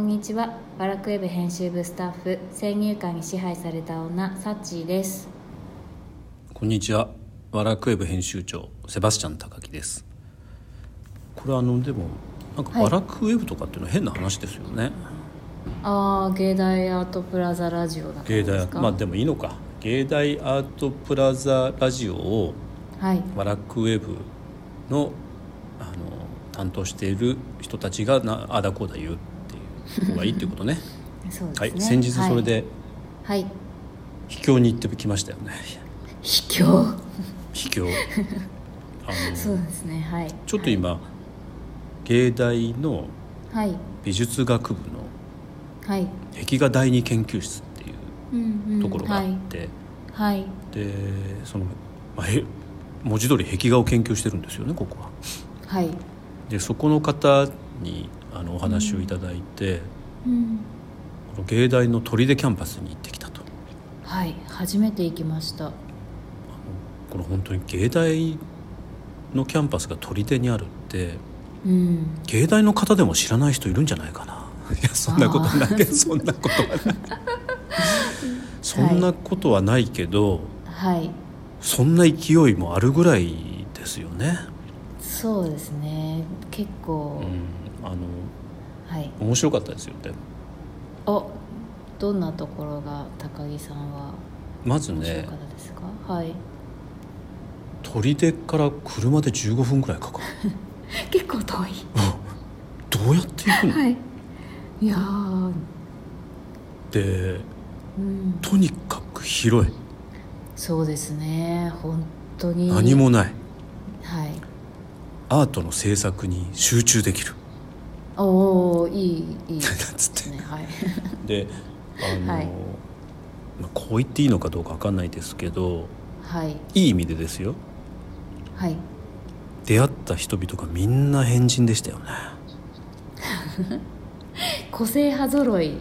にちはワラクウェブ編集部スタッフ先入観に支配された女サッチーですこんにちは。ワラクウェブ編集長セバスチャン高木です。これあのでもなんかはいワラクウェブとかっていうのは変な話ですよね。ああ芸大アートプラザラジオだから芸で大すかまあでもいいのか。芸大アートプラザラジオをはいワラクウェブのあの担当している人たちがなあだこうだ言うっていう方がいいっていうことね。 そうですはね、い。先日それではい、はい、秘境に行ってきましたよね。卑怯秘 境。あそのうですねはいちょっと今、芸大のはい美術学部のはい、壁画第二研究室っていううんうんところがあって、はい、はいでその、まあ、へ文字通り壁画を研究してるんですよねここは。はいでそこの方にあのお話をいただいて、うんこの芸大の砦キャンパスに行ってきたとはい初めて行きましたこの本当に芸大のキャンパスが砦にあるってうん芸大の方でも知らない人いるんじゃないか ないやそんなことないけどそんなことはないそんなことはないけど、はいそんな勢いもあるぐらいですよね。そうですね結構う、ん、あのはい面白かったですよね。おどんなところが高木さんはまず面白ねかったですか、はい砦から車で15分ぐらいかかる。結構遠いどうやって行くの？はいいやーでうんとにかく広いそうですね本当に何もないはいアートの制作に集中できる。おおいいいいですつってねはい であの、はいまあこう言っていいのかどうかわかんないですけどはいいい意味でですよはい出会った人々がみんな変人でしたよね個性派揃い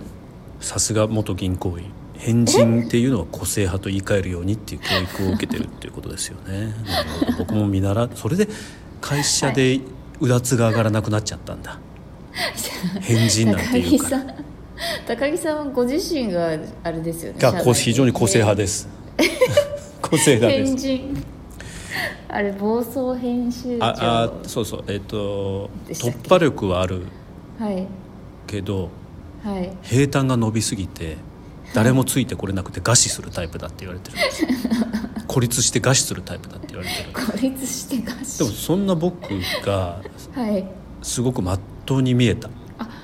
さすが元銀行員変人っていうのは個性派と言い換えるようにっていう教育を受けてるっていうことですよねなるほど僕も見習それで会社でうだつが上がらなくなっちゃったん だ、変人なんて高い木うかさらん 高木さんはご自身があれですよねがこう非常に個性派でです 個性派で変す人 あれ暴走編集長ああそうそうえっ、とでしたっけ突破力はあるはいけどはい平坦が伸びすぎて誰もついてこれなくて餓死するタイプだって言われてるんですよ孤立して餓死するタイプだって言われてる孤立して合でも唱そんな僕がはいすごくまっとうに見えた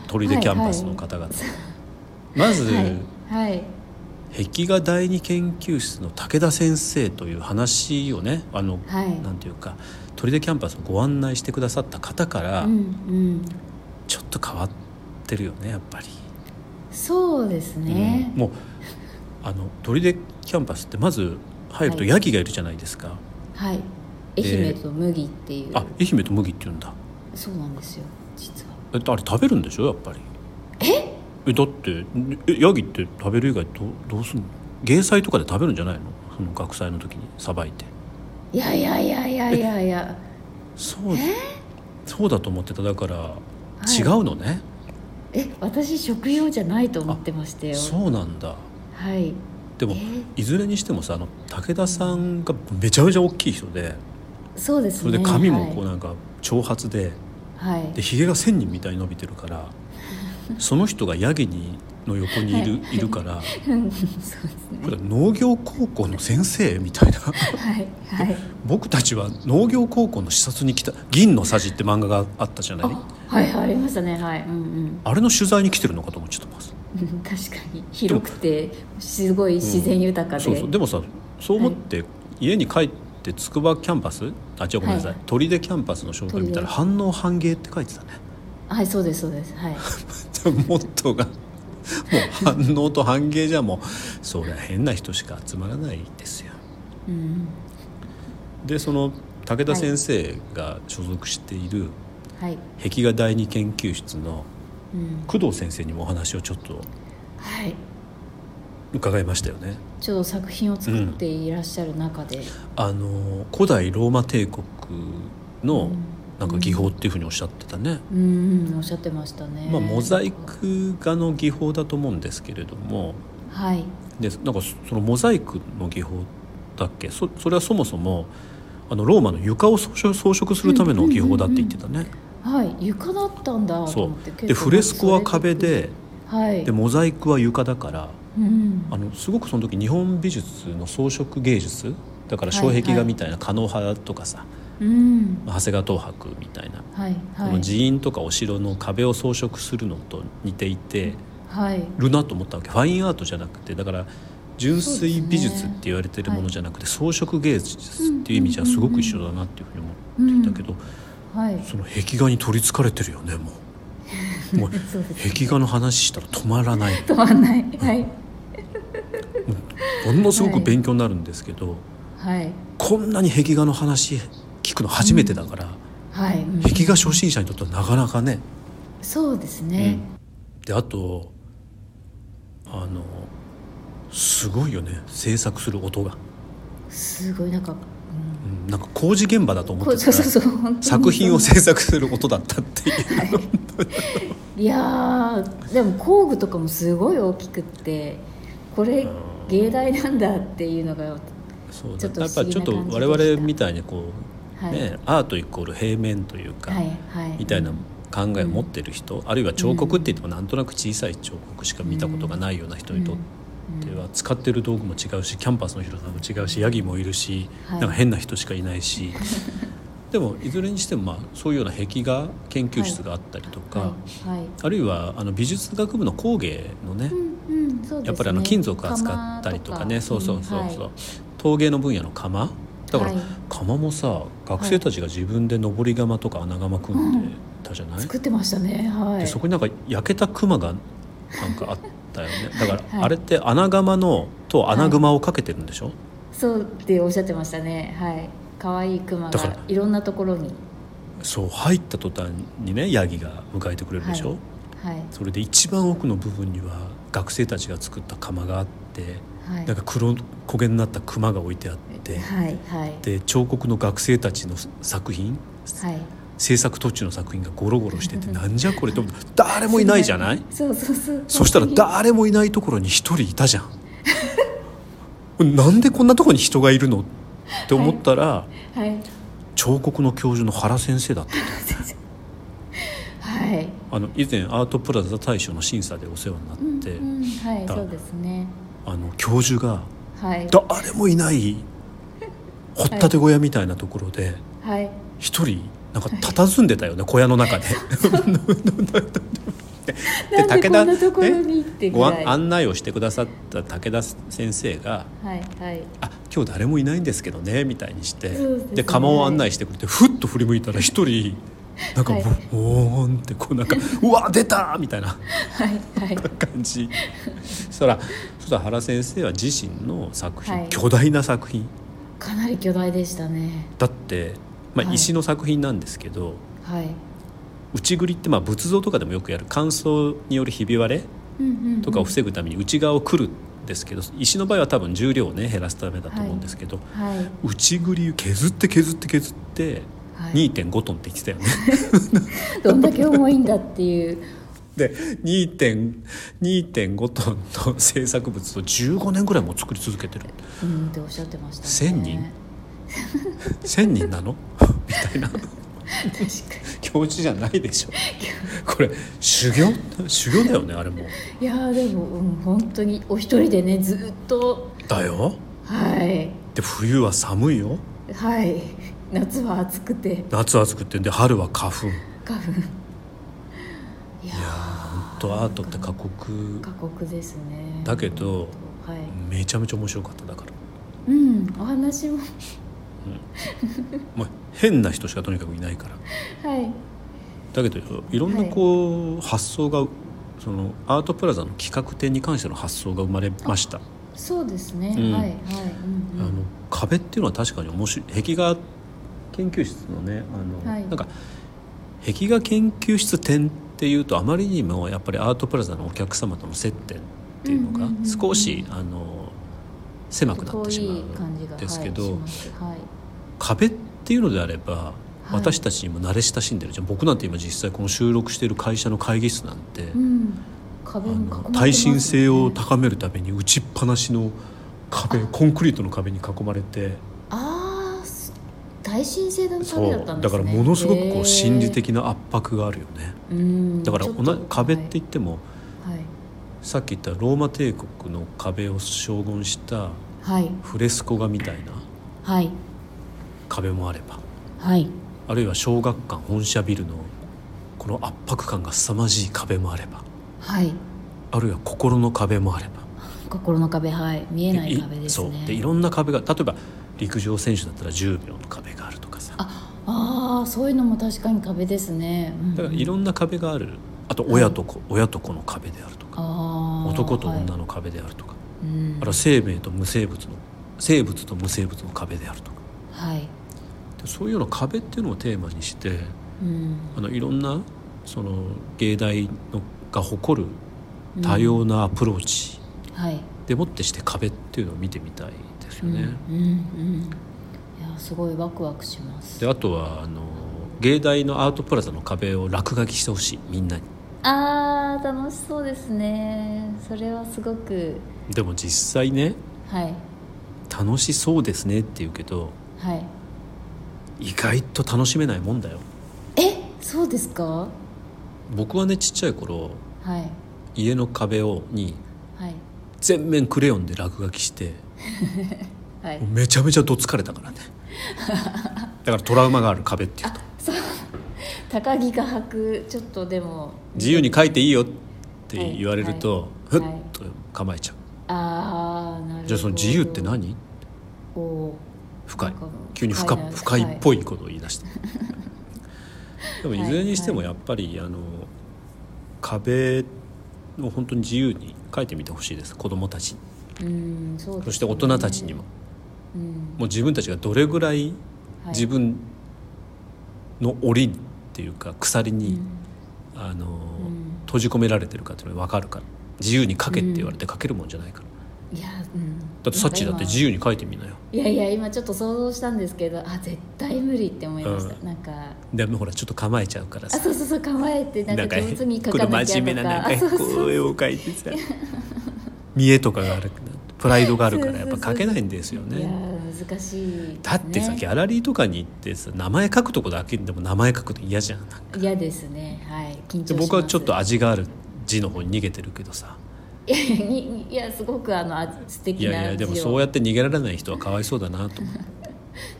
砦キャンパスの方々、まず、はいはい壁画第二研究室の武田先生という話をねあの、はいなんていうか砦キャンパスをご案内してくださった方から、うんうんちょっと変わってるよねやっぱり。そうですねうんもうあの砦キャンパスってまず入るとはいヤギがいるじゃないですか、はい愛媛と麦っていうあ愛媛と麦って言うんだそうなんですよ実はえあれ食べるんでしょやっぱりええだってえヤギって食べる以外どうどうすんの芸祭とかで食べるんじゃないのその学祭の時にさばいていやいやいやいやいやいやそうそうだと思ってただからい違うのね、え私食用じゃないと思ってましたよそうなんだはいでもえいずれにしてもさあの武田さんがめちゃめちゃ大きい人でそうですそねれで髪もこうはいなんか長髪で、 はいでひげが千人みたいに伸びてるから その人がヤギにの横にいる,、い、るからうんそうですねこれ農業高校の先生みたいな はいはい僕たちは農業高校の視察に来た「銀のさじ」って漫画があったじゃないあはいはいありましたねはいうんあれの取材に来てるのかと思っちゃってますうん 確かに広くてすごい自然豊かで、そうそうでもさそう思って家に帰って筑波キャンパスあ違うごめんなさい、はい砦キャンパスの紹介見たら「砦反応反芸」って書いてたねはいそうですそうです はいモットーがもう反応と反芸じゃもうそりゃ変な人しか集まらないですようんでその武田先生が所属しているはい壁画第二研究室のうん工藤先生にもお話をちょっとはい伺いましたよね。ちょっと作品を作っていらっしゃる中で、あの古代ローマ帝国うのんなんか技法っていうふうにおっしゃってたね。うんうんおっしゃってましたねまあ、モザイク画の技法だと思うんですけれどもはいでなんかそのモザイクの技法だっけそそれはそもそもあのローマの床を装飾装飾するための技法だって言ってたね。はい床だったんだとそ思ってうでフレスコは壁ではいでモザイクは床だからうんあのすごくその時日本美術の装飾芸術だから障壁画みたいな狩野派とかうさ、んまあ長谷川東博みたいな、はいそはのい寺院とかお城の壁を装飾するのと似ていてはいるなと思ったわけファインアートじゃなくてだから純粋美術って言われてるものじゃなくて、装飾芸術っていう意味じゃすごく一緒だなっていうふうに思っていたけど、はいその壁画に取りつかれてるよねも う。もうそうです壁画の話したら止まら ない止まんないはいものすごく勉強になるんですけど、はいこんなに壁画の話聞くの初めてだから、はい、うん壁画初心者にとってはなかなかね。そうですうね、んであとあのすごいよね制作する音が、すごいなんか、うんうんなんか工事現場だと思っこうそてたうらそうそう本当に作品を制作する音だったっ ていう、いやーでも工具とかもすごい大きくってこれん芸大なんだっていうのがそうちょっとやっぱりちょっと不思議な感じでした我々みたいにこう、はいねアートイコール平面というか、はいはいみたいな考えを持ってる人、あるいは彫刻って言ってもなんとなく小さい彫刻しか見たことがないような人にとっては使ってる道具も違うしキャンパスの広さも違うしヤギもいるし、はいなんか変な人しかいな いしでもいずれにしてもまあそういうような壁画研究室があったりとか、はい、はいあるいはあの美術学部の工芸のね、うんうんそうですねやっぱりあの金属扱ったりとかねそうそうそうそう、陶芸の分野の釜だから、はい釜もさ学生たちが自分で登り窯とか穴窯組んでたじゃない、作ってましたねはでいそこになんか焼けた熊がなんかあったよねだかはいらあれって穴窯のと穴熊をかけてるんでしょ、そうっておっしゃってましたねはい可愛いクマだからがいろんなところにそう入った途端にねヤギが迎えてくれるでしょ、はいはいそれで一番奥の部分には学生たちが作った窯があってはいなんか黒焦げになった熊が置いてあってはいはいで彫刻の学生たちの作品はい制作途中の作品がゴロゴロしててなんじゃこれと誰もいないじゃないそうそうそうそしたら誰もいないところに一人いたじゃん なんでこんなところに人がいるのって思ったら、はい彫刻の教授の原先生だったはいあの以前アートプラザ大賞の審査でお世話になって、うんうん、はいだそうですねあの教授がはい誰もいない掘ったて小屋みたいなところではい一人なんか佇んでたよね小屋の中で。 でなんで武こ田んなところねにってぐごらい、案案内をしてくださった武田先生がはいはい「あ今日誰もいないんですけどね」みたいにしてそうですねで釜を案内してくれてふっと振り向いたら一人なんかはいボーンってこうなん か「うわ出た!」みたいなはいはい感じそしたらそしたら原先生は自身の作品、はい巨大な作品かなり巨大でしたねだって、まあ、はい石の作品なんですけど、はい内ぐりってまあ仏像とかでもよくやる乾燥によるひび割れうんうんうんとかを防ぐために内側をくるんですけど石の場合は多分重量をね減らすためだと思うんですけど、はい内ぐりを削って削って削ってはい2.5トンって言ってたよね。 どんだけ重いんだっていうで2.2.5トンの制作物を15年ぐらいもう作り続けてるうんっておっしゃってましたね千人1,000人 なのみたいな確か教授じゃないで しょこれ修行修行だよねあれもにいやーでも、うん、本当にお一人でねずっとだよはいで冬は寒いよはい夏は暑くて夏暑くてで春は花粉花粉いやいやーほんとアートって過酷ー過酷ですねだけどはいめちゃめちゃ面白かっただからうんお話ももう変な人しかとにかくいないからはいだけどいろんなこう、発想がそのアートプラザの企画展に関しての発想が生まれましたそうですね、うんはいはい、うあんうんの壁っていうのは確かに面白い壁画研究室のねあの、はいなんか壁画研究室展っていうとあまりにもやっぱりアートプラザのお客様との接点っていうのがうんうんうんうん少し、あの狭くなってしま遠い感じがうんですけはいどしますはい壁っていうのであればはい私たちにも慣れ親しんでるじゃん僕なんて今実際この収録してる会社の会議室なんて、うん、壁あに囲まのれてますよね耐震性を高めるために打ちっぱなしの壁コンクリートの壁に囲まれてああす耐震性のたそめうだったんでだすねからものすごくへこーう心理的な圧迫があるよねうんだからちょっおとな壁って言ってもはいさっき言ったローマ帝国の壁を将軍したはいフレスコ画みたいなはい壁もあればはいあるいは小学館本社ビルのこの圧迫感が凄まじい壁もあればはいあるいは心の壁もあれば心の壁はい見えない壁ですねそうでいろんな壁が例えば陸上選手だったら10秒の壁があるとかさああそういうのも確かに壁ですね、うんだからいろんな壁があるあと親と子、親と子の壁であるとかあー男と女はいの壁であるとか、うんあるいは生命と無生物の生物と無生物の壁であるとかはいでそういうような壁っていうのをテーマにしてうんあのいろんなその芸大のが誇る多様なアプローチはいでもってして壁っていうのを見てみたいですよね。うんうんうんいやすごいワクワクしますであとはあの芸大のアートプラザの壁を落書きしてほしいみんなにあー楽しそうですねそれはすごくでも実際ねはい楽しそうですねって言うけどはい意外と楽しめないもんだよえそうですか僕はねちっちゃい頃はい家の壁をにはい全面クレヨンで落書きしてはいもうめちゃめちゃどつかれ たからねだからトラウマがある壁っていうと高木が履くちょっとでも自由に書いていいよって言われると、はいふはいっと構えちゃう、ああなるほどじゃあその自由って何おお深いなんか急に深深いな深いっぽいことを言い出して でもいずれにしてもはいやっぱりあの壁を本当に自由に書いてみてほしいです子どもたちにうんそうですそして大人たちにもうんもう自分たちがどれぐらいはい自分の檻っていうか鎖に、あのん閉じ込められてるかっていうのが分かるから自由に書けって言われて書けるもんじゃないから、いやうんだってサッチーだって自由に書いてみなよいやいや今ちょっと想像したんですけどあ絶対無理って思いました、うんなんかでもほらちょっと構えちゃうからあさそうそうそう構えてなんか上手に書こかのなきゃ真とか面目ななんかあそうそうそう絵を描いてさ見栄とかがあるプライドがあるからやっぱ描けないんですよいやね。ー難しいですねだってさ、ギャラリーとかに行ってさ名前書くとこだけでも名前書くと嫌じゃん嫌ですねはい緊張しでます僕はちょっと味がある字の方に逃げてるけどさ いやいやいやすごくあのあ素い敵なやいやでも字をそうやって逃げられない人はかわいそうだなと思って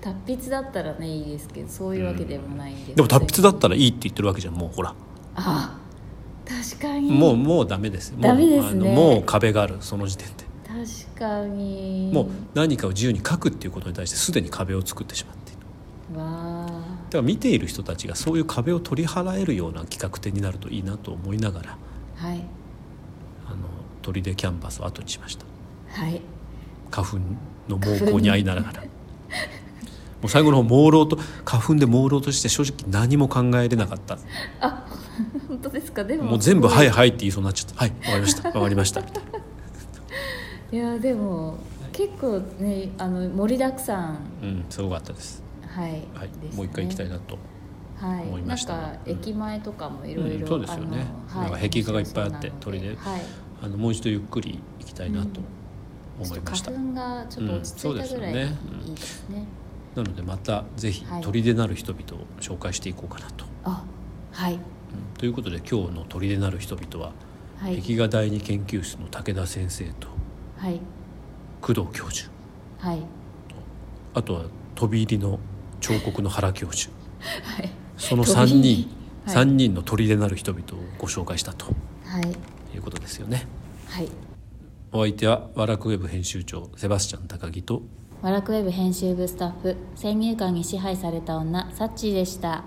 達筆だったらねいいですけどそういうわけでもないんで、でも達筆だだったらいいって言ってるわけじゃんもうほらあ確かにもうもうダメですよもうダメですねあのもう壁があるその時点で確かにもう何かを自由に書くっていうことに対してすでに壁を作ってしまっているわあだから見ている人たちがそういう壁を取り払えるような企画展になるといいなと思いながらはいあの砦キャンバスを後にしましたはい花粉の猛攻に遭いながらもう最後の方朦朧と花粉で朦朧として正直何も考えれなかったあ 本当ですかでももう全部「ははいいはい」って言いそうになっちゃった「はいわかりましたわかりました」みたいないやでも結構ねあの盛りだくさんうんすごかったです、はい、はいですねもう一回行きたいなとはい思いましたなんか駅前とかもいろいうんろそうですよねなんか壁画がいっぱいあって鳥ではいあのもう一度ゆっくり行きたいなとちょ思っいとました、花粉がちょっと落ち着いたぐらいうんそうですよいねうんいですね,、なのでまたぜひはい砦なる人々を紹介していこうかなと。あはいうんということで今日の「砦なる人々は」はい壁画第二研究室の武田先生とはい工藤教授はいあとは飛び入りの彫刻の原教授はいその飛び3入人り、はい三人の砦なる人々をご紹介したとはいいうことですよね。はいお相手はワラクウェブ編集長セバスチャン高木とワラクウェブ編集部スタッフ先入観に支配された女サッチーでした